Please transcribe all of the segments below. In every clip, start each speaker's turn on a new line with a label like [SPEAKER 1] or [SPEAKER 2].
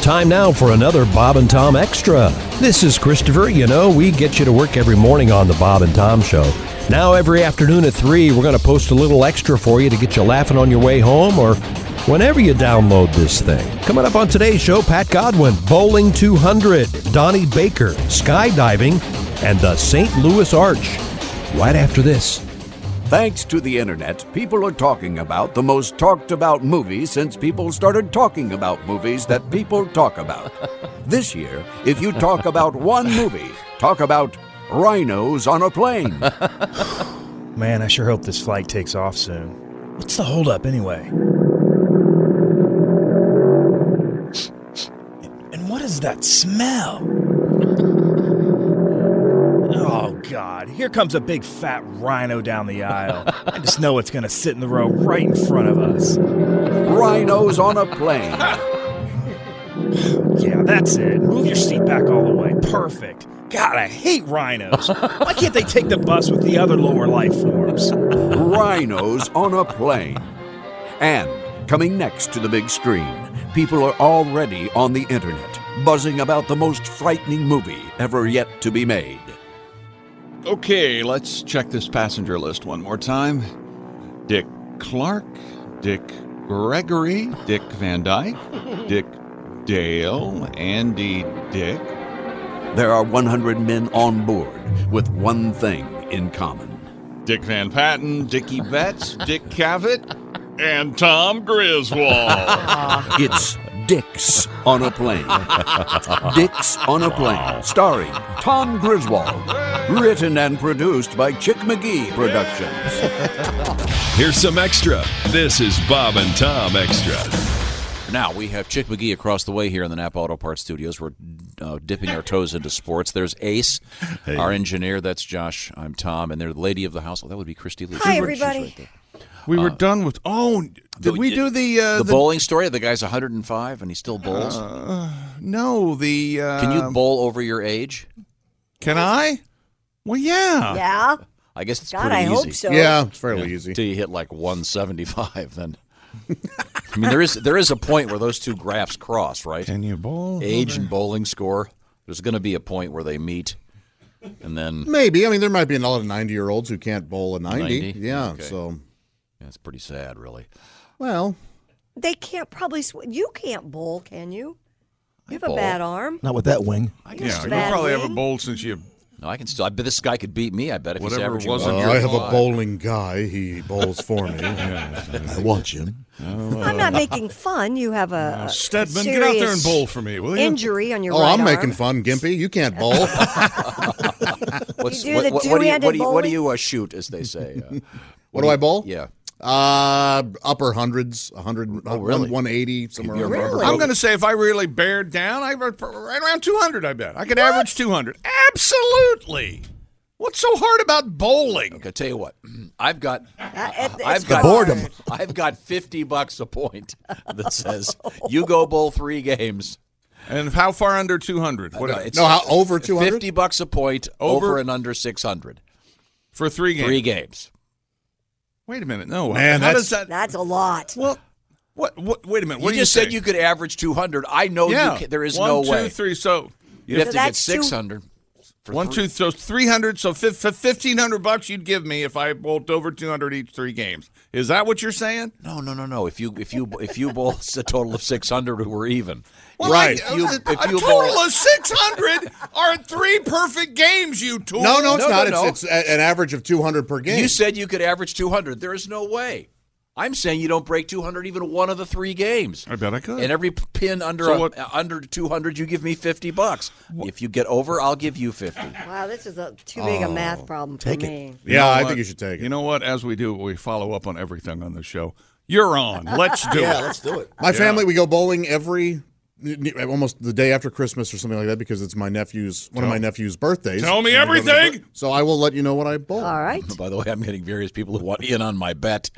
[SPEAKER 1] Time now for another Bob and Tom Extra. This is Christopher. You know, we get you to work every morning on the Bob and Tom Show. Now, every afternoon at 3, we're going to post a little extra for you to get you laughing on your way home or whenever you download this thing. Coming up on today's show, Pat Godwin, Bowling 200, Donnie Baker, skydiving, and the St. Louis Arch. Right after this.
[SPEAKER 2] Thanks to the internet, people are talking about the most talked about movie since people started talking about movies that people talk about. This year, if you talk about one movie, talk about rhinos on a plane.
[SPEAKER 3] Man, I sure hope this flight takes off soon. What's the holdup anyway? And what is that smell? Oh, God. Here comes a big fat rhino down the aisle. I just know it's going to sit in the row right in front of us.
[SPEAKER 2] Rhinos on a plane.
[SPEAKER 3] Yeah, that's it. Move your seat back all the way. Perfect. God, I hate rhinos. Why can't they take the bus with the other lower life forms?
[SPEAKER 2] Rhinos on a plane. And coming next to the big screen, people are already on the internet, buzzing about the most frightening movie ever yet to be made.
[SPEAKER 4] Okay, let's check this passenger list one more time. Dick Clark, Dick Gregory, Dick Van Dyke, Dick Dale, Andy Dick.
[SPEAKER 2] There are 100 men on board with one thing in common.
[SPEAKER 4] Dick Van Patten, Dickie Betts, Dick Cavett, and Tom Griswold.
[SPEAKER 2] It's Dicks on a Plane. Dicks on a Plane, starring Tom Griswold. Written and produced by Chick McGee Productions.
[SPEAKER 5] Here's some extra. This is Bob and Tom Extra.
[SPEAKER 6] Now we have Chick McGee across the way here in the Napa Auto Parts Studios. We're uh, dipping our toes into sports. There's Ace, our engineer. That's Josh. I'm Tom, and they're the lady of the house. Oh, that would be Christy Lee.
[SPEAKER 7] Hi,
[SPEAKER 6] She's
[SPEAKER 7] everybody.
[SPEAKER 6] right there.
[SPEAKER 8] We were done with. Oh, did
[SPEAKER 6] the-
[SPEAKER 8] we do the uh,
[SPEAKER 6] the, bowling story. The guy's 105 and he still bowls.
[SPEAKER 8] No, the. Uh,
[SPEAKER 6] Can you bowl over your age?
[SPEAKER 8] Can I? Well, yeah.
[SPEAKER 7] Yeah.
[SPEAKER 6] I guess it's
[SPEAKER 7] God,
[SPEAKER 6] pretty
[SPEAKER 7] I
[SPEAKER 6] easy.
[SPEAKER 7] hope so.
[SPEAKER 9] Yeah, it's fairly easy.
[SPEAKER 6] Until you hit like 175, then. I mean, there is there is a point where those two graphs cross, right?
[SPEAKER 8] Can you bowl?
[SPEAKER 6] Age and bowling score. There's going to be a point where they meet, and then
[SPEAKER 9] Maybe. I mean, there might be a lot of 90 year olds who can't bowl a 90.
[SPEAKER 6] 90?
[SPEAKER 9] Yeah.
[SPEAKER 6] Okay.
[SPEAKER 9] So,
[SPEAKER 6] that's pretty sad, really.
[SPEAKER 9] well,
[SPEAKER 7] They can't probably. Sw- you can't bowl, can you? You have a
[SPEAKER 6] bowl.
[SPEAKER 7] bad arm.
[SPEAKER 10] Not with that wing.
[SPEAKER 6] I
[SPEAKER 8] Yeah,
[SPEAKER 6] guess
[SPEAKER 8] you
[SPEAKER 7] bad
[SPEAKER 8] probably
[SPEAKER 7] wing.
[SPEAKER 8] haven't bowled since you.
[SPEAKER 6] no, I can still. I bet this guy could beat me. I bet if he's
[SPEAKER 8] Whatever
[SPEAKER 6] averaging.
[SPEAKER 8] was
[SPEAKER 9] uh,
[SPEAKER 8] in
[SPEAKER 6] one-
[SPEAKER 8] your
[SPEAKER 9] I have a
[SPEAKER 8] life.
[SPEAKER 9] bowling guy. He bowls for me. I watch him.
[SPEAKER 7] I'm not making fun. You have a, a
[SPEAKER 8] Stedman, get out there and
[SPEAKER 7] serious
[SPEAKER 8] bowl for me, will you?
[SPEAKER 7] Injury on your
[SPEAKER 9] Oh,
[SPEAKER 7] right
[SPEAKER 9] I'm
[SPEAKER 7] arm.
[SPEAKER 9] making fun, Gimpy. You can't bowl.
[SPEAKER 6] what's-
[SPEAKER 7] do
[SPEAKER 6] what,
[SPEAKER 7] the
[SPEAKER 6] what- what do you
[SPEAKER 7] two-handed
[SPEAKER 6] what do you, what do
[SPEAKER 7] bowling?
[SPEAKER 6] you uh, shoot, as they say? Uh,
[SPEAKER 9] what do I bowl?
[SPEAKER 6] yeah,
[SPEAKER 9] Uh, upper hundreds, 100,
[SPEAKER 6] Oh, really?
[SPEAKER 9] 180, somewhere around there.
[SPEAKER 6] Really?
[SPEAKER 8] I'm going to say if I really bared down, I right around 200. I bet I could average 200. Absolutely. What's so hard about bowling?
[SPEAKER 6] I tell you what, I've got
[SPEAKER 7] Uh, it- it's
[SPEAKER 6] I've got
[SPEAKER 7] hard.
[SPEAKER 6] I've got fifty bucks a point that says you go bowl three games.
[SPEAKER 8] And how far under 200? What,
[SPEAKER 6] No, it's
[SPEAKER 9] No, how, over 200?
[SPEAKER 6] fifty bucks a point over,
[SPEAKER 8] Over-
[SPEAKER 6] and under six hundred.
[SPEAKER 8] for three games.
[SPEAKER 6] Three games.
[SPEAKER 8] Wait a minute. No.
[SPEAKER 9] Man,
[SPEAKER 8] how
[SPEAKER 9] that's-
[SPEAKER 8] does that?
[SPEAKER 7] That's a lot.
[SPEAKER 8] Well, what? What? Wait a minute. What
[SPEAKER 6] you
[SPEAKER 8] do
[SPEAKER 6] just
[SPEAKER 8] you
[SPEAKER 6] said you could average two hundred. I know
[SPEAKER 8] Yeah.
[SPEAKER 6] you can, there is
[SPEAKER 8] One,
[SPEAKER 6] no
[SPEAKER 8] two,
[SPEAKER 6] way
[SPEAKER 8] three. So
[SPEAKER 6] you'd have
[SPEAKER 7] So
[SPEAKER 6] to get
[SPEAKER 7] that's two-
[SPEAKER 6] six hundred.
[SPEAKER 8] one, two, so three hundred. So fif- fif- fifteen hundred bucks you'd give me if I bowled over two hundred each three games. Is that what you're saying?
[SPEAKER 6] No, no, no, no. If you if you if you bowl it's a total of six hundred, we're even.
[SPEAKER 9] Right.
[SPEAKER 6] If you,
[SPEAKER 8] uh, a,
[SPEAKER 6] if you
[SPEAKER 8] total
[SPEAKER 6] bowl,
[SPEAKER 8] of six hundred are three perfect games. You two.
[SPEAKER 9] No, no, it's
[SPEAKER 6] No,
[SPEAKER 9] not.
[SPEAKER 6] no, no.
[SPEAKER 9] It's, it's a- an average of 200 per game.
[SPEAKER 6] you said you could average two hundred. There is no way. I'm saying you don't break two hundred even one of the three games.
[SPEAKER 8] I bet I could.
[SPEAKER 6] And every p- pin under
[SPEAKER 8] So
[SPEAKER 6] a-
[SPEAKER 8] what-
[SPEAKER 6] uh, under 200, you give me 50 bucks. If you get over, I'll give you 50.
[SPEAKER 7] Wow, this is a, too big a math problem for me.
[SPEAKER 9] yeah,
[SPEAKER 8] know
[SPEAKER 9] I
[SPEAKER 8] what?
[SPEAKER 9] think you should take it.
[SPEAKER 8] You know what? As we do, we follow up on everything on the show. You're on. Let's do it.
[SPEAKER 10] do it.
[SPEAKER 9] My family, we go bowling every almost the day after Christmas or something like that because it's my nephew's one of my nephew's birthdays.
[SPEAKER 8] Tell me
[SPEAKER 9] And we go to the
[SPEAKER 8] everything!
[SPEAKER 9] bir- So I will let you know what I bowl.
[SPEAKER 7] All right.
[SPEAKER 6] By the way, I'm getting various people who want in on my bet.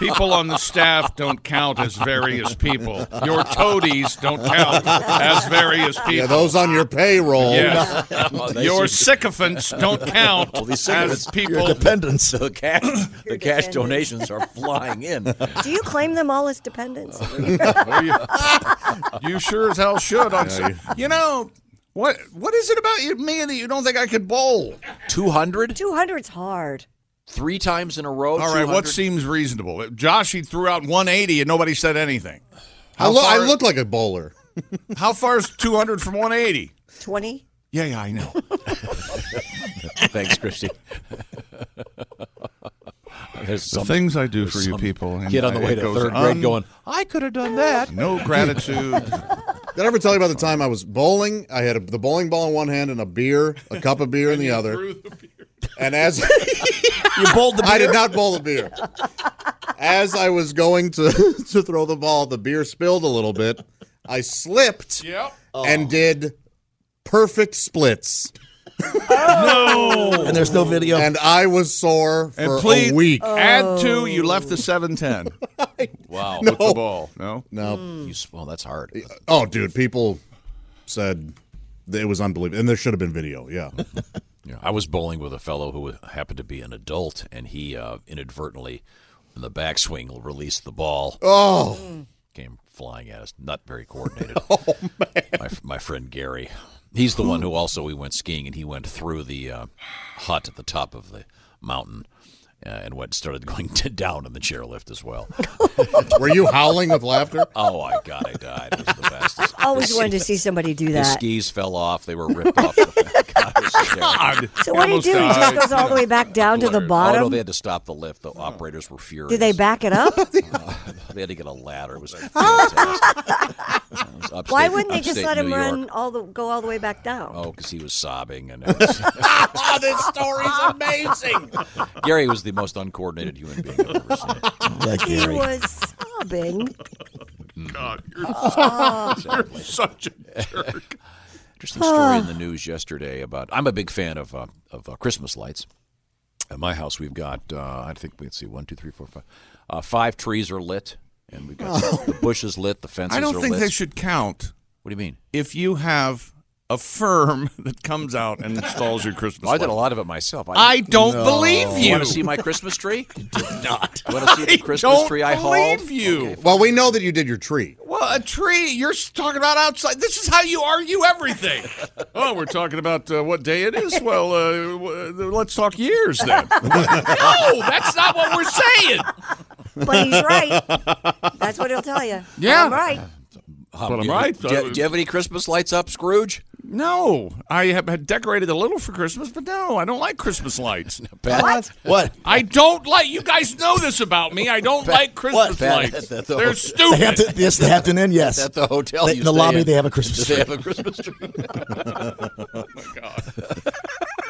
[SPEAKER 8] People on the staff don't count as various people. Your toadies don't count as various people.
[SPEAKER 9] Yeah, those on your payroll.
[SPEAKER 8] Yeah.
[SPEAKER 6] Oh, they
[SPEAKER 8] Your
[SPEAKER 6] should-
[SPEAKER 8] sycophants don't count
[SPEAKER 6] Well, these
[SPEAKER 8] as
[SPEAKER 6] cigarettes,
[SPEAKER 8] people.
[SPEAKER 6] Your dependents, the cash, the cash
[SPEAKER 7] dependents.
[SPEAKER 6] donations are flying in.
[SPEAKER 7] Do you claim them all as dependents?
[SPEAKER 8] Well, you, you sure as hell should. On, s- you know what? What is it about you, me that you don't think I could bowl?
[SPEAKER 6] 200?
[SPEAKER 7] 200's hard.
[SPEAKER 6] Three times in a row?
[SPEAKER 8] All right, what
[SPEAKER 6] 200?
[SPEAKER 8] seems reasonable? Josh, he threw out 180 and nobody said anything.
[SPEAKER 9] I, lo- I
[SPEAKER 8] far-
[SPEAKER 9] look like a bowler.
[SPEAKER 8] How far is 200 from 180?
[SPEAKER 7] 20?
[SPEAKER 8] Yeah, yeah, I know.
[SPEAKER 6] Thanks, Christy. There's
[SPEAKER 4] The
[SPEAKER 6] some
[SPEAKER 4] things I do for
[SPEAKER 6] there's
[SPEAKER 4] you
[SPEAKER 6] some
[SPEAKER 4] people. and
[SPEAKER 6] kid on the
[SPEAKER 4] I-
[SPEAKER 6] way
[SPEAKER 4] it
[SPEAKER 6] to
[SPEAKER 4] goes
[SPEAKER 6] third grade
[SPEAKER 8] um,
[SPEAKER 4] un-
[SPEAKER 6] going, I could have done that.
[SPEAKER 8] No gratitude.
[SPEAKER 9] Did I ever tell you about the time I was bowling? I had a, the bowling ball in one hand and a beer, a cup of beer in the other. And as
[SPEAKER 6] You bowled the
[SPEAKER 9] I did not bowl the beer, as I was going to to throw the ball, the beer spilled a little bit. I slipped
[SPEAKER 8] yep.
[SPEAKER 9] and did perfect splits,
[SPEAKER 1] And there's no video.
[SPEAKER 9] and I was sore for
[SPEAKER 8] And please
[SPEAKER 9] a week.
[SPEAKER 8] add two. You left the 710
[SPEAKER 6] Wow.
[SPEAKER 8] with the ball. No.
[SPEAKER 9] no,
[SPEAKER 6] "Hmm, You, s- well, that's hard.
[SPEAKER 9] oh, dude, people said that it was unbelievable, and there should have been video. Yeah,
[SPEAKER 6] Yeah, I was bowling with a fellow who happened to be an adult, and he uh, inadvertently, in the backswing, released the ball. Oh, came flying at us. Not very coordinated. oh man, my, my friend Gary, he's the one who also we went skiing, and he went through the uh, hut at the top of the mountain. Uh, and went started going to down in the chairlift as well.
[SPEAKER 9] were you howling with laughter?
[SPEAKER 6] Oh my god, I died! It was the bestest.
[SPEAKER 7] Always
[SPEAKER 6] His-
[SPEAKER 7] wanted to see somebody do
[SPEAKER 6] His
[SPEAKER 7] that.
[SPEAKER 6] skis fell off; they were ripped off. God, it was hysterical.
[SPEAKER 7] So what do you
[SPEAKER 8] Almost
[SPEAKER 7] do? He just
[SPEAKER 8] died.
[SPEAKER 7] goes all the way back down to the
[SPEAKER 6] Hilarious. Oh
[SPEAKER 7] bottom?
[SPEAKER 6] no, they had to stop the lift. The operators were furious.
[SPEAKER 7] Did they back it up?
[SPEAKER 6] They had to get a ladder. It was fantastic. It was upstate-
[SPEAKER 7] Why wouldn't they just
[SPEAKER 6] upstate
[SPEAKER 7] let him
[SPEAKER 6] New York.
[SPEAKER 7] run all the go all the way back down?
[SPEAKER 6] Oh, because he was sobbing, and it was-
[SPEAKER 9] Oh, this story's amazing.
[SPEAKER 6] Gary was the most uncoordinated human being I've ever seen.
[SPEAKER 7] he was sobbing.
[SPEAKER 8] Such a jerk.
[SPEAKER 6] Interesting story in the news yesterday about. I'm a big fan of uh, of uh, Christmas lights. At my house, we've got uh, I think we can see one, two, three, four, five. Uh, five trees are lit, and we've got the bushes lit, the fences
[SPEAKER 8] I
[SPEAKER 6] are
[SPEAKER 8] don't think
[SPEAKER 6] lit.
[SPEAKER 8] they should count
[SPEAKER 6] What do you mean?
[SPEAKER 8] if you have a firm that comes out and installs your Christmas.
[SPEAKER 6] Well, Oh, I did a
[SPEAKER 8] light.
[SPEAKER 6] lot of it myself.
[SPEAKER 8] I don't believe
[SPEAKER 6] You
[SPEAKER 8] you.
[SPEAKER 6] want to see my Christmas tree? You did not. You want to see the Christmas
[SPEAKER 8] don't
[SPEAKER 6] tree I hauled?
[SPEAKER 8] believe you.
[SPEAKER 9] Well, we know that you did your tree.
[SPEAKER 8] Well, Uh, a tree. You're s- talking about outside. This is how you argue everything. oh, we're talking about uh, what day it is. Well, uh, w- uh, let's talk years then. no, that's not what we're saying.
[SPEAKER 7] But he's right. That's what he'll tell you.
[SPEAKER 8] Yeah.
[SPEAKER 7] I'm right.
[SPEAKER 6] Um,
[SPEAKER 8] But I'm
[SPEAKER 6] do you-
[SPEAKER 8] right.
[SPEAKER 6] Do, you- do you have any Christmas lights up, Scrooge?
[SPEAKER 8] No, I have had decorated a little for Christmas, but no, I don't like Christmas lights.
[SPEAKER 6] Pat? What? What?
[SPEAKER 8] I don't like. You guys know this about me. I don't like Christmas
[SPEAKER 6] Pat,
[SPEAKER 8] lights.
[SPEAKER 6] that- that-
[SPEAKER 8] They're stupid.
[SPEAKER 10] yes, the Hampton Inn, yes.
[SPEAKER 6] At the hotel,
[SPEAKER 10] They-
[SPEAKER 6] you
[SPEAKER 10] in the
[SPEAKER 6] stay
[SPEAKER 10] lobby,
[SPEAKER 6] in,
[SPEAKER 10] they have a Christmas
[SPEAKER 6] do
[SPEAKER 10] tree.
[SPEAKER 6] They have a Christmas tree.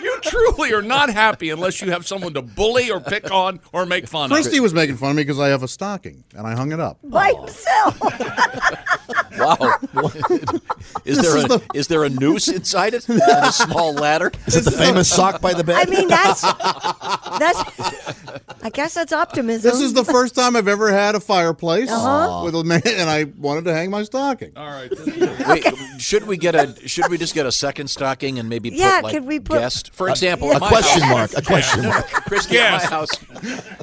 [SPEAKER 8] You truly are not happy unless you have someone to bully or pick on or make fun of.
[SPEAKER 9] Christy was making fun of me because I have a stocking and I hung it up.
[SPEAKER 7] By himself.
[SPEAKER 6] Wow. is there
[SPEAKER 9] is
[SPEAKER 6] a
[SPEAKER 9] the-
[SPEAKER 6] is there a noose inside it and a small ladder?
[SPEAKER 10] Is it the famous sock by the
[SPEAKER 7] I
[SPEAKER 10] bed?
[SPEAKER 7] mean that's that's I guess that's optimism.
[SPEAKER 9] This is the first time I've ever had a fireplace with a man, and I wanted to hang my stocking.
[SPEAKER 8] All right.
[SPEAKER 6] Wait, should we get a should we just get a second stocking and maybe
[SPEAKER 7] Yeah,
[SPEAKER 6] put like
[SPEAKER 7] could we put-
[SPEAKER 6] guest for example
[SPEAKER 10] a
[SPEAKER 6] at my
[SPEAKER 10] question mark.
[SPEAKER 6] house-
[SPEAKER 10] A question mark.
[SPEAKER 6] Christy,
[SPEAKER 8] Yes.
[SPEAKER 6] at my house,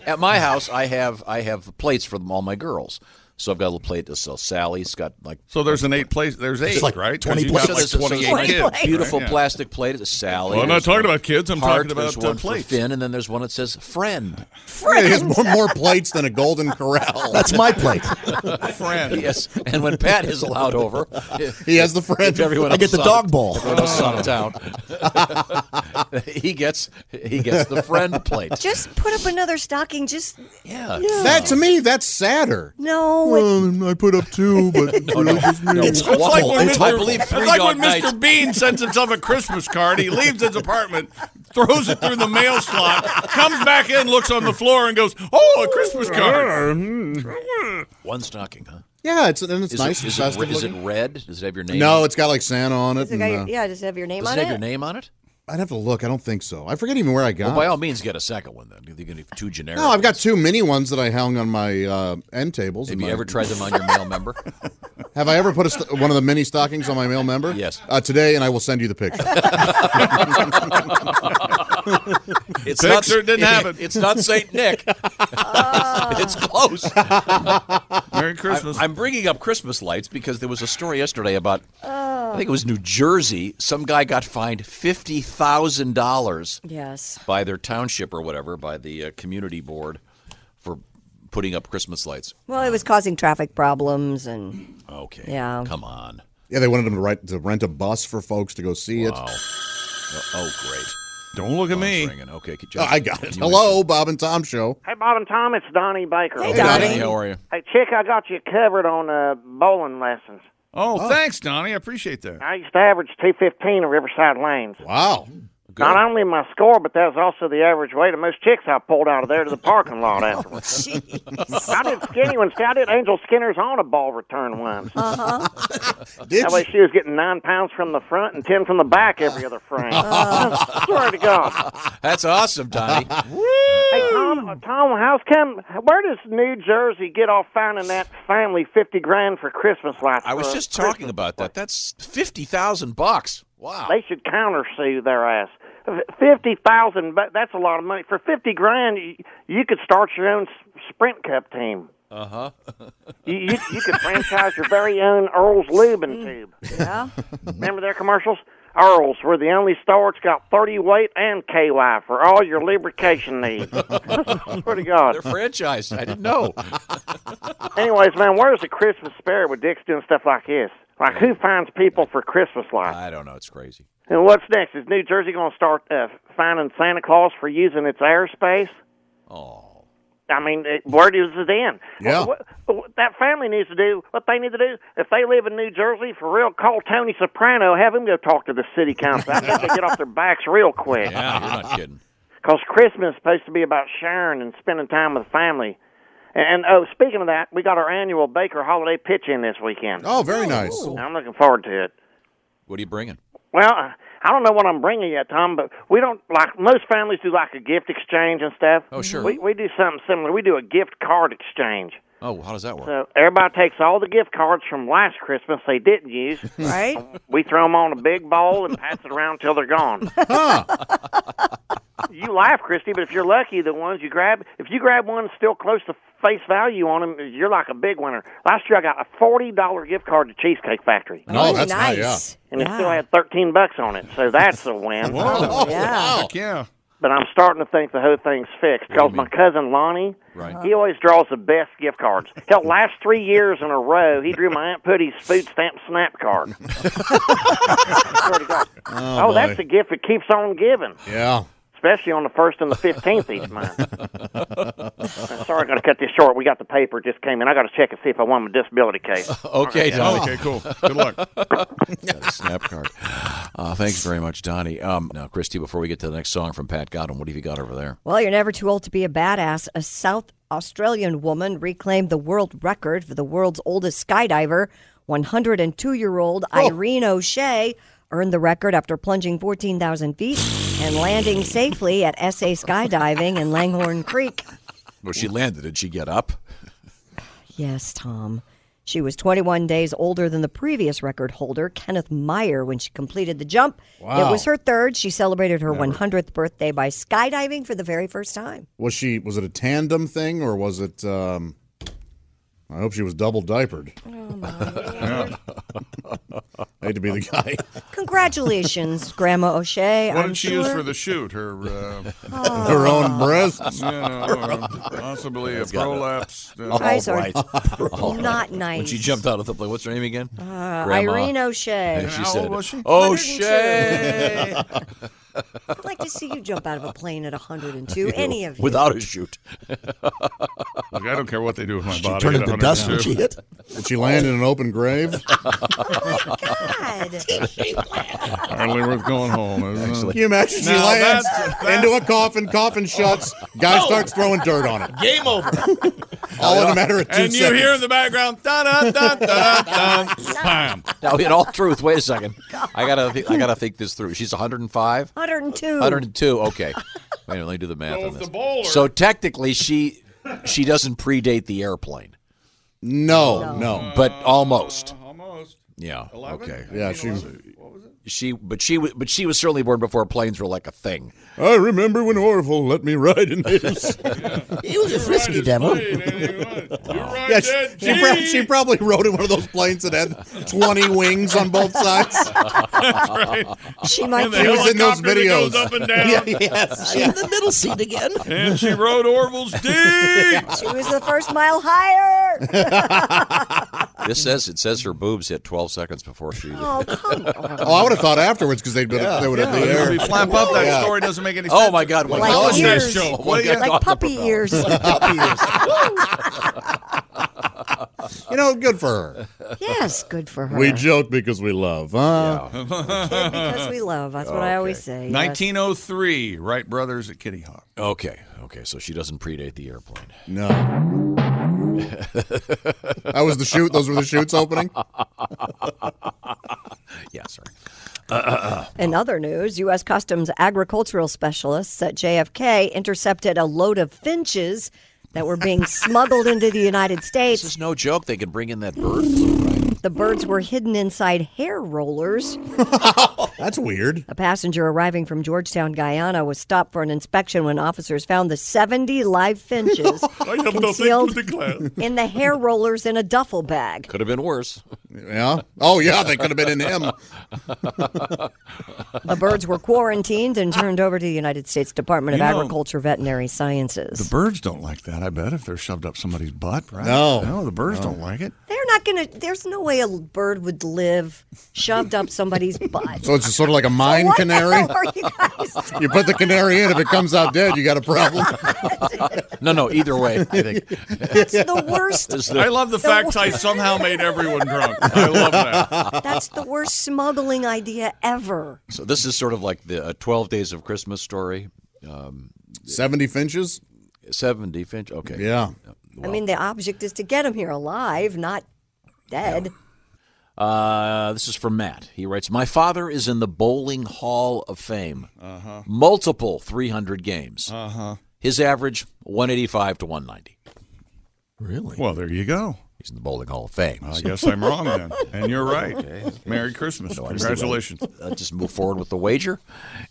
[SPEAKER 6] at my house, I have I have plates for them, all my girls. So I've got a little plate to sell Sally. It's got like
[SPEAKER 8] So there's an eight place. There's eight,
[SPEAKER 10] like
[SPEAKER 8] right? 'Cause
[SPEAKER 10] 20
[SPEAKER 8] you got
[SPEAKER 10] places.
[SPEAKER 8] like
[SPEAKER 6] So there's a- so there's a
[SPEAKER 8] 28
[SPEAKER 6] nice
[SPEAKER 8] kids. right?
[SPEAKER 6] beautiful
[SPEAKER 8] Yeah.
[SPEAKER 6] plastic plate. It's Sally.
[SPEAKER 8] Well, I'm not
[SPEAKER 6] There's
[SPEAKER 8] talking
[SPEAKER 6] one
[SPEAKER 8] about kids. I'm
[SPEAKER 6] heart,
[SPEAKER 8] talking about,
[SPEAKER 6] there's
[SPEAKER 8] uh,
[SPEAKER 6] one
[SPEAKER 8] plates.
[SPEAKER 6] for Finn, and then there's one that says friend.
[SPEAKER 9] It has more, more plates than a golden corral.
[SPEAKER 10] That's my plate.
[SPEAKER 8] Friend.
[SPEAKER 6] Yes, and when Pat is allowed over,
[SPEAKER 9] He has the friend.
[SPEAKER 6] if everyone
[SPEAKER 10] I get
[SPEAKER 6] else
[SPEAKER 10] the
[SPEAKER 6] on-
[SPEAKER 10] dog bowl.
[SPEAKER 6] everyone else out of town, he gets he gets the friend plate.
[SPEAKER 7] just put up another stocking. Just
[SPEAKER 6] Yeah,
[SPEAKER 9] That Mm. to me, that's sadder.
[SPEAKER 7] no. it-
[SPEAKER 9] Well, I put up two, but really just me.
[SPEAKER 10] It's
[SPEAKER 8] It's like
[SPEAKER 6] Oh,
[SPEAKER 8] when
[SPEAKER 10] It's
[SPEAKER 8] Mr.
[SPEAKER 6] I believe three
[SPEAKER 8] it's like
[SPEAKER 6] dog
[SPEAKER 8] when
[SPEAKER 6] nights.
[SPEAKER 8] Mr. Bean sends himself a Christmas card. He leaves his apartment, throws it through the mail slot, comes back in, looks on the floor, and goes, "Oh, a Christmas card."
[SPEAKER 6] One stocking, huh?
[SPEAKER 9] yeah, it's and it's
[SPEAKER 6] Is,
[SPEAKER 9] nice.
[SPEAKER 6] it,
[SPEAKER 9] and
[SPEAKER 6] is, it,
[SPEAKER 9] festive
[SPEAKER 6] re- is it
[SPEAKER 9] looking.
[SPEAKER 6] red? Does it have your name?
[SPEAKER 9] no,
[SPEAKER 6] on it?
[SPEAKER 9] it's got like Santa on it.
[SPEAKER 7] Does it
[SPEAKER 9] And,
[SPEAKER 7] got your-
[SPEAKER 9] uh,
[SPEAKER 7] yeah, does it have your name
[SPEAKER 6] does
[SPEAKER 7] on
[SPEAKER 6] it have your
[SPEAKER 7] it?
[SPEAKER 6] name on it?
[SPEAKER 9] I'd have to look. I don't think so. I forget even where I got.
[SPEAKER 6] Well, by all means, get a second one then. You're going to two generic.
[SPEAKER 9] no, I've got two mini ones that I hung on my uh, end tables.
[SPEAKER 6] Have
[SPEAKER 9] in
[SPEAKER 6] you
[SPEAKER 9] my-
[SPEAKER 6] ever tried them on your male member?
[SPEAKER 9] Have I ever put a st- one of the mini stockings on my male member? Yes. Uh, today, and I will send you the picture.
[SPEAKER 8] Picture didn't have it.
[SPEAKER 6] It's not Saint Nick. it's close.
[SPEAKER 8] Merry Christmas.
[SPEAKER 6] I'm, I'm bringing up Christmas lights because there was a story yesterday about
[SPEAKER 7] Oh.
[SPEAKER 6] I think it was New Jersey. Some guy got fined fifty thousand dollars.
[SPEAKER 7] Yes.
[SPEAKER 6] By their township or whatever, by the uh, community board, for putting up Christmas lights.
[SPEAKER 7] Well, it was causing traffic problems and.
[SPEAKER 6] Okay.
[SPEAKER 7] Yeah.
[SPEAKER 6] Come on.
[SPEAKER 9] yeah, they wanted them to, write, to rent a bus for folks to go see
[SPEAKER 6] Wow.
[SPEAKER 9] it.
[SPEAKER 6] Oh, great.
[SPEAKER 9] Don't look at me.
[SPEAKER 6] Okay, good
[SPEAKER 9] I got it. Hello, Bob and Tom Show.
[SPEAKER 11] Hey, Bob and Tom, it's Donnie Baker.
[SPEAKER 9] Hey, Donnie. Donnie, how
[SPEAKER 6] are you?
[SPEAKER 11] Hey, Chick, I got you covered on uh, bowling lessons.
[SPEAKER 8] Oh, thanks, Donnie. I appreciate that.
[SPEAKER 11] I used to average 215 at Riverside Lanes.
[SPEAKER 9] Wow.
[SPEAKER 11] Not only my score, but that was also the average weight of most chicks I pulled out of there to the parking lot afterwards. I did skinny ones. I did Angel Skinner's on a ball return once.
[SPEAKER 9] Uh-huh.
[SPEAKER 7] Uh huh.
[SPEAKER 11] that way she was getting nine pounds from the front and ten from the back every other frame. Swear to God.
[SPEAKER 6] That's awesome, Donnie.
[SPEAKER 11] Hey,
[SPEAKER 6] Hmm.
[SPEAKER 11] Tom, uh, Tom, how's come? Where does New Jersey get off finding that family fifty grand for Christmas lights?
[SPEAKER 6] I was
[SPEAKER 11] for
[SPEAKER 6] just
[SPEAKER 11] Christmas?
[SPEAKER 6] talking about that. That's fifty thousand bucks. Wow.
[SPEAKER 11] They should countersue their ass. Fifty thousand, but that's a lot of money. For fifty grand, you, you could start your own s- Sprint Cup team.
[SPEAKER 6] Uh huh.
[SPEAKER 11] You, you, you could franchise your very own Earl's Lube and Tube.
[SPEAKER 7] Yeah.
[SPEAKER 11] Remember their commercials? Earl's, we're the only store that's got 30 weight and KY for all your lubrication needs. Swear to God.
[SPEAKER 6] They're franchised. I didn't know.
[SPEAKER 11] Anyways, man, where's the Christmas spirit with dicks doing stuff like this? Like, who finds people for Christmas lights?
[SPEAKER 6] I don't know. It's crazy.
[SPEAKER 11] And what's next? Is New Jersey going to start uh, finding Santa Claus for using its airspace?
[SPEAKER 6] Oh.
[SPEAKER 11] I mean, it, where does it end?
[SPEAKER 6] Yeah.
[SPEAKER 11] What, what that family needs to do what they need to do. If they live in New Jersey, for real, call Tony Soprano. Have him go talk to the city council. I bet they get off their backs real quick.
[SPEAKER 6] Yeah, you're not kidding.
[SPEAKER 11] Because Christmas is supposed to be about sharing and spending time with family. And, and oh, speaking of that, we got our annual Baker Holiday pitch in this weekend.
[SPEAKER 9] Oh, very nice.
[SPEAKER 11] I'm looking forward to it.
[SPEAKER 6] What are you bringing?
[SPEAKER 11] Well, I I don't know what I'm bringing yet, Tom, but we don't like most families do like a gift exchange and stuff.
[SPEAKER 6] Oh, sure.
[SPEAKER 11] We we do something similar. We do a gift card exchange.
[SPEAKER 6] Oh, how does that work?
[SPEAKER 11] So everybody takes all the gift cards from last Christmas they didn't use.
[SPEAKER 7] Right.
[SPEAKER 11] We throw them on a big bowl and pass it around till they're gone. you laugh, Christy, but if you're lucky, the ones you grab, if you grab one still close to face value on them, you're like a big winner. Last year I got a forty dollar gift card to Cheesecake Factory.
[SPEAKER 9] No, Oh, that's nice. nice.
[SPEAKER 11] And it
[SPEAKER 9] Yeah.
[SPEAKER 11] still had thirteen bucks on it, so that's a win.
[SPEAKER 9] Oh,
[SPEAKER 8] Whoa.
[SPEAKER 7] yeah.
[SPEAKER 8] Heck yeah.
[SPEAKER 11] But I'm starting to think the whole thing's fixed because my cousin Lonnie,
[SPEAKER 6] Right.
[SPEAKER 11] he always draws the best gift cards. Hell, last three years in a row, he drew my Aunt Putty's food stamp snap card. Swear to God.
[SPEAKER 9] Oh,
[SPEAKER 11] Oh, that's
[SPEAKER 9] boy.
[SPEAKER 11] a gift that keeps on giving,
[SPEAKER 9] Yeah.
[SPEAKER 11] especially on the 1st and the 15th each month. I'm sorry, I got to cut this short. We got the paper just came in. I got to check and see if I won my disability case.
[SPEAKER 6] Okay,
[SPEAKER 9] Oh.
[SPEAKER 6] Donnie.
[SPEAKER 8] Okay, cool. Good luck.
[SPEAKER 6] Got a snap card. Uh, thanks very much, Donnie. Um, now, Christy, before we get to the next song from Pat Godwin, what have you got over there?
[SPEAKER 7] Well, you're never too old to be a badass. A South Australian woman reclaimed the world record for the world's oldest skydiver. 102 year old Irene O'Shea earned the record after plunging 14,000 feet and landing safely at SA Skydiving in Langhorne Creek.
[SPEAKER 6] Well, she landed. Did she get up?
[SPEAKER 7] Yes, Tom. She was 21 days older than the previous record holder, Kenneth Meyer, when she completed the jump. It
[SPEAKER 9] Wow.
[SPEAKER 7] was her third. She celebrated her 100th birthday by skydiving for the very first time.
[SPEAKER 9] Was she? Was it a tandem thing or was it? Um, I hope she was double diapered.
[SPEAKER 7] Oh,
[SPEAKER 9] Yeah. I hate to be the guy.
[SPEAKER 7] Congratulations, Grandma O'Shea.
[SPEAKER 8] What
[SPEAKER 7] I'm
[SPEAKER 8] did she
[SPEAKER 7] sure.
[SPEAKER 8] use for the shoot? Her uh,
[SPEAKER 9] Her own breasts.
[SPEAKER 8] Yeah, or possibly a uh,
[SPEAKER 6] That's got it.
[SPEAKER 8] prolapse.
[SPEAKER 6] All
[SPEAKER 7] Guys are
[SPEAKER 6] right. All right.
[SPEAKER 7] not
[SPEAKER 6] When she
[SPEAKER 7] nice.
[SPEAKER 6] jumped out of the plane, what's her name again?
[SPEAKER 7] Uh,
[SPEAKER 6] Grandma.
[SPEAKER 7] Irene O'Shea.
[SPEAKER 6] And she
[SPEAKER 8] How
[SPEAKER 6] said,
[SPEAKER 8] old was she?
[SPEAKER 6] Oh, O'Shea!
[SPEAKER 7] I'd like to see you jump out of a plane at 102. Any of you.
[SPEAKER 6] Without a shoot.
[SPEAKER 8] Look, I don't care what they do with my
[SPEAKER 10] She
[SPEAKER 8] body.
[SPEAKER 10] turned
[SPEAKER 8] at
[SPEAKER 10] into dust when
[SPEAKER 8] 102.
[SPEAKER 10] she hit.
[SPEAKER 9] Did she land in an open grave?
[SPEAKER 7] God.
[SPEAKER 8] Hardly worth going home. isn't it?
[SPEAKER 9] Can you imagine she
[SPEAKER 8] Now
[SPEAKER 9] lands
[SPEAKER 8] that's-
[SPEAKER 9] into a coffin, coffin shuts, guy starts throwing dirt on it.
[SPEAKER 12] Game over.
[SPEAKER 9] all in a matter of two
[SPEAKER 8] And you
[SPEAKER 9] seconds.
[SPEAKER 8] hear in the background, da da da da da, bam.
[SPEAKER 6] Now, in all truth, wait a second. I gotta, thi- I gotta think this through. She's 105,
[SPEAKER 7] 102.
[SPEAKER 6] 102. Okay, wait, a minute, let me do the math on this.
[SPEAKER 7] bowler-
[SPEAKER 6] So technically, she, she doesn't predate the airplane.
[SPEAKER 9] No, No. no.
[SPEAKER 6] but almost.
[SPEAKER 8] Uh, Almost.
[SPEAKER 6] Yeah. Okay.
[SPEAKER 9] Yeah, she.
[SPEAKER 6] She, but she, wa- but she was certainly born before planes were like a thing.
[SPEAKER 9] I remember when Orville let me ride in his.
[SPEAKER 6] He was a frisky devil.
[SPEAKER 9] Yeah, she, she, prob- she probably rode in one of those planes that had 20 wings on both sides.
[SPEAKER 7] She might
[SPEAKER 9] He was in those videos. Yeah, yes,
[SPEAKER 7] She's
[SPEAKER 9] yeah.
[SPEAKER 7] in the middle seat again.
[SPEAKER 8] And she rode Orville's Oh, dick.
[SPEAKER 7] She was the first mile higher.
[SPEAKER 6] This says it says her boobs hit 12 seconds before she.
[SPEAKER 7] oh, come on.
[SPEAKER 9] Oh, I would have thought afterwards because they'd been, they would have
[SPEAKER 6] Yeah.
[SPEAKER 9] the air.
[SPEAKER 6] We flap up, that story
[SPEAKER 8] doesn't make any
[SPEAKER 6] Oh my God! What
[SPEAKER 7] Like
[SPEAKER 6] caused
[SPEAKER 7] ears.
[SPEAKER 6] this show? What got
[SPEAKER 7] Like
[SPEAKER 6] caught in the
[SPEAKER 7] puppy
[SPEAKER 6] propeller?
[SPEAKER 7] ears. Like puppy
[SPEAKER 9] You know, good for her.
[SPEAKER 7] Yes, good for her.
[SPEAKER 9] We joke because we love, huh?
[SPEAKER 7] because we love. That's what I always say. yes.
[SPEAKER 8] 1903, Wright Brothers at Kitty Hawk.
[SPEAKER 6] Okay, okay. So she doesn't predate the airplane.
[SPEAKER 9] No. that was the shoot. Those were the shoots opening.
[SPEAKER 6] yeah, sorry.
[SPEAKER 7] In other news, U.S. Customs agricultural specialists at JFK intercepted a load of finches that were being smuggled into the United States.
[SPEAKER 6] It's no joke. They can bring in that bird flu.
[SPEAKER 7] The birds were hidden inside hair rollers.
[SPEAKER 9] That's weird.
[SPEAKER 7] A passenger arriving from Georgetown, Guyana, was stopped for an inspection when officers found the 70 live finches concealed in the hair rollers in a duffel bag.
[SPEAKER 6] Could have been worse.
[SPEAKER 9] Yeah. Oh, yeah. They could have been in him.
[SPEAKER 7] The birds were quarantined and turned over to the United States Department
[SPEAKER 8] You
[SPEAKER 7] of
[SPEAKER 8] know,
[SPEAKER 7] Agriculture, Veterinary Sciences.
[SPEAKER 8] The birds don't like that, I bet, if they're shoved up somebody's butt, right?
[SPEAKER 9] No.
[SPEAKER 8] No, the birds don't like it.
[SPEAKER 7] They're not going to, there's no way a bird would live shoved up somebody's butt.
[SPEAKER 9] So it's just sort of like a mine
[SPEAKER 7] What the
[SPEAKER 9] canary.
[SPEAKER 7] hell are you guys
[SPEAKER 9] You put the canary in. If it comes out dead, you got a problem.
[SPEAKER 6] No, no. Either way, I think
[SPEAKER 7] That's the worst.
[SPEAKER 6] Is
[SPEAKER 8] I love the
[SPEAKER 7] The
[SPEAKER 8] fact
[SPEAKER 7] wor-
[SPEAKER 8] I somehow made everyone drunk. I love that.
[SPEAKER 7] That's the worst smuggling idea ever.
[SPEAKER 6] so. This is sort of like the uh, Twelve Days of Christmas story. Um,
[SPEAKER 9] Seventy finches.
[SPEAKER 6] Seventy Finch. Okay.
[SPEAKER 9] Yeah.
[SPEAKER 7] I mean, the object is to get them here alive, not dead.
[SPEAKER 6] Uh, this is from Matt. He writes, "My father is in the Bowling Hall of Fame. Uh-huh. Multiple 300 games. Uh-huh. His average 185 to 190.
[SPEAKER 10] Really?
[SPEAKER 8] Well, there you go.
[SPEAKER 6] He's in the Bowling Hall of Fame.
[SPEAKER 9] Uh,
[SPEAKER 8] I guess I'm wrong then. And you're right. Merry Christmas. Congratulations.
[SPEAKER 6] uh, just move forward with the wager,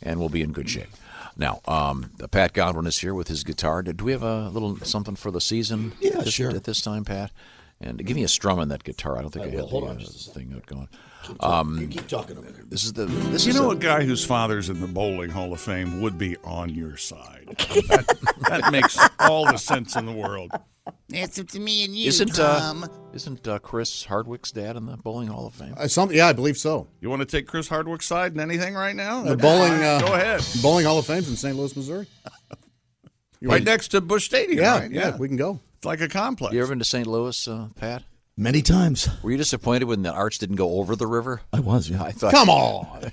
[SPEAKER 6] and we'll be in good shape. Now, um, Pat Godwin is here with his guitar. Do we have a little something for the season?
[SPEAKER 10] Yeah,
[SPEAKER 6] this,
[SPEAKER 10] sure.
[SPEAKER 6] At this time, Pat, and give me a strum on that guitar. I don't think I,
[SPEAKER 10] I
[SPEAKER 6] have
[SPEAKER 10] will.
[SPEAKER 6] the
[SPEAKER 10] Hold on
[SPEAKER 6] uh,
[SPEAKER 10] just a second.
[SPEAKER 6] thing out going.
[SPEAKER 10] Keep talking. you
[SPEAKER 6] Um,
[SPEAKER 10] keep talking over there.
[SPEAKER 6] this is the. This
[SPEAKER 8] you
[SPEAKER 6] is
[SPEAKER 8] know,
[SPEAKER 6] a-
[SPEAKER 8] a guy whose father's in the Bowling Hall of Fame would be on your side. that, that makes all the sense in the world.
[SPEAKER 12] That's up to me and you,
[SPEAKER 6] Isn't
[SPEAKER 12] Tom.
[SPEAKER 6] uh, isn't uh, Chris Hardwick's dad in the Bowling Hall of Fame?
[SPEAKER 9] Uh, some, yeah, I believe so.
[SPEAKER 8] You want to take Chris Hardwick's side in anything right now?
[SPEAKER 9] The bowling. Uh,
[SPEAKER 8] Go ahead.
[SPEAKER 9] Bowling Hall of Fame's in St. Louis, Missouri. You
[SPEAKER 8] Right
[SPEAKER 9] want-
[SPEAKER 8] next to Bush Stadium.
[SPEAKER 9] Yeah,
[SPEAKER 8] right?
[SPEAKER 9] yeah, we can go.
[SPEAKER 8] It's like a complex.
[SPEAKER 6] You ever been to St. Louis, uh, Pat?
[SPEAKER 10] Many times.
[SPEAKER 6] Were you disappointed when the arch didn't go over the river?
[SPEAKER 10] I was, yeah.
[SPEAKER 6] I thought.
[SPEAKER 9] Come on.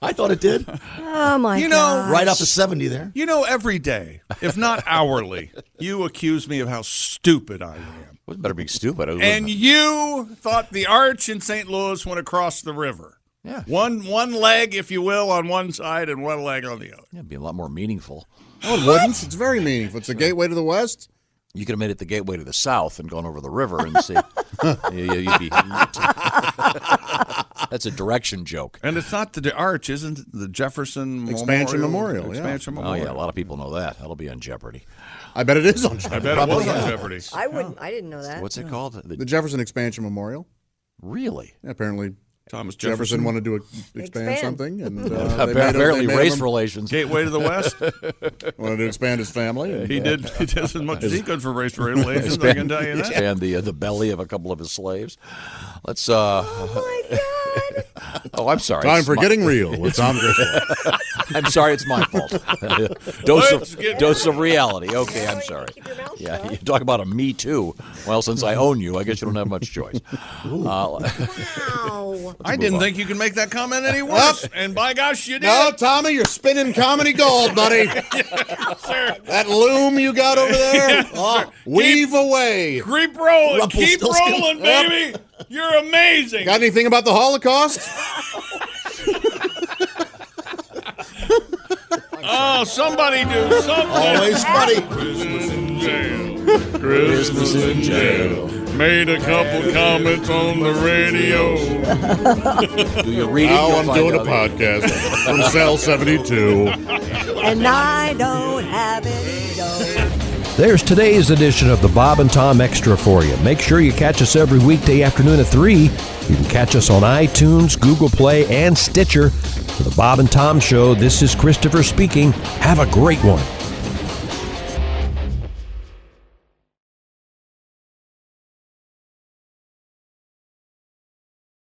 [SPEAKER 10] I thought it did.
[SPEAKER 7] Oh my
[SPEAKER 8] You know,
[SPEAKER 10] Right off the 70 there.
[SPEAKER 8] You know, every day, if not hourly, you accuse me of how stupid I am.
[SPEAKER 6] Wasn't better being stupid. It was-
[SPEAKER 8] And you thought the arch in St. Louis went across the river.
[SPEAKER 6] Yeah.
[SPEAKER 8] One one leg, if you will, on one side and one leg on the other.
[SPEAKER 6] yeah, it'd be a lot more meaningful.
[SPEAKER 9] No, it wouldn't. It's very meaningful. It's the gateway to the West.
[SPEAKER 6] You could have made it the gateway to the south and gone over the river and see. you, would be, that's a direction joke.
[SPEAKER 8] And it's not the, the arch, isn't it? the Jefferson
[SPEAKER 9] Expansion
[SPEAKER 8] Memorial?
[SPEAKER 9] Memorial, yeah.
[SPEAKER 8] Expansion
[SPEAKER 6] Oh
[SPEAKER 8] Memorial.
[SPEAKER 6] yeah, a lot of people know that. That'll be on Jeopardy.
[SPEAKER 9] I bet it is on Jeopardy.
[SPEAKER 8] I bet it was on Jeopardy.
[SPEAKER 7] I wouldn't. I didn't know that.
[SPEAKER 6] What's it called? The-
[SPEAKER 9] The Jefferson Expansion Memorial.
[SPEAKER 6] really?
[SPEAKER 9] Apparently,
[SPEAKER 8] Thomas
[SPEAKER 9] Jefferson,
[SPEAKER 8] Jefferson.
[SPEAKER 9] wanted to e-, expand,
[SPEAKER 7] Expand.
[SPEAKER 9] something, and uh, they made him-
[SPEAKER 6] Apparently,
[SPEAKER 9] they made
[SPEAKER 6] race
[SPEAKER 9] him-
[SPEAKER 6] relations.
[SPEAKER 8] Gateway to the West.
[SPEAKER 9] wanted to expand his family. and-
[SPEAKER 8] He did. He did as much as he could for race relations. I can tell you that.
[SPEAKER 6] Expand the uh, the belly of a couple of his slaves. Let's. uh Oh, I'm sorry.
[SPEAKER 9] Time
[SPEAKER 6] It's
[SPEAKER 9] for
[SPEAKER 6] my-
[SPEAKER 9] getting real with Tom Griswold.
[SPEAKER 6] I'm sorry, it's my fault. dose
[SPEAKER 8] Let's
[SPEAKER 6] of,
[SPEAKER 8] get-
[SPEAKER 6] dose of reality. Okay, I'm
[SPEAKER 7] you
[SPEAKER 6] sorry.
[SPEAKER 7] keep your mouth
[SPEAKER 6] Yeah,
[SPEAKER 7] shut.
[SPEAKER 6] you talk about a me too. Well, since I own you, I guess you don't have much choice. Uh,
[SPEAKER 7] Wow.
[SPEAKER 8] I didn't think you could make that comment any worse. and by gosh, you did.
[SPEAKER 9] No, Tommy, you're spinning comedy gold, buddy. That loom you got over there, oh, weave away.
[SPEAKER 8] Keep rolling. Keep rolling, baby. You're amazing.
[SPEAKER 9] Got anything about the Holocaust?
[SPEAKER 8] Oh, somebody do something.
[SPEAKER 10] Always funny.
[SPEAKER 8] Christmas in jail. Christmas in jail. Made a couple comments on the radio.
[SPEAKER 6] Do you read it?
[SPEAKER 9] Now
[SPEAKER 6] You'll
[SPEAKER 9] Oh, I'm
[SPEAKER 6] find
[SPEAKER 9] doing a
[SPEAKER 6] out.
[SPEAKER 9] podcast from Cell 72.
[SPEAKER 7] And I don't have any dough.
[SPEAKER 1] There's today's edition of the Bob and Tom Extra for you. Make sure you catch us every weekday afternoon at 3. You can catch us on iTunes, Google Play, and Stitcher. For the Bob and Tom Show, this is Christopher speaking. Have a great one.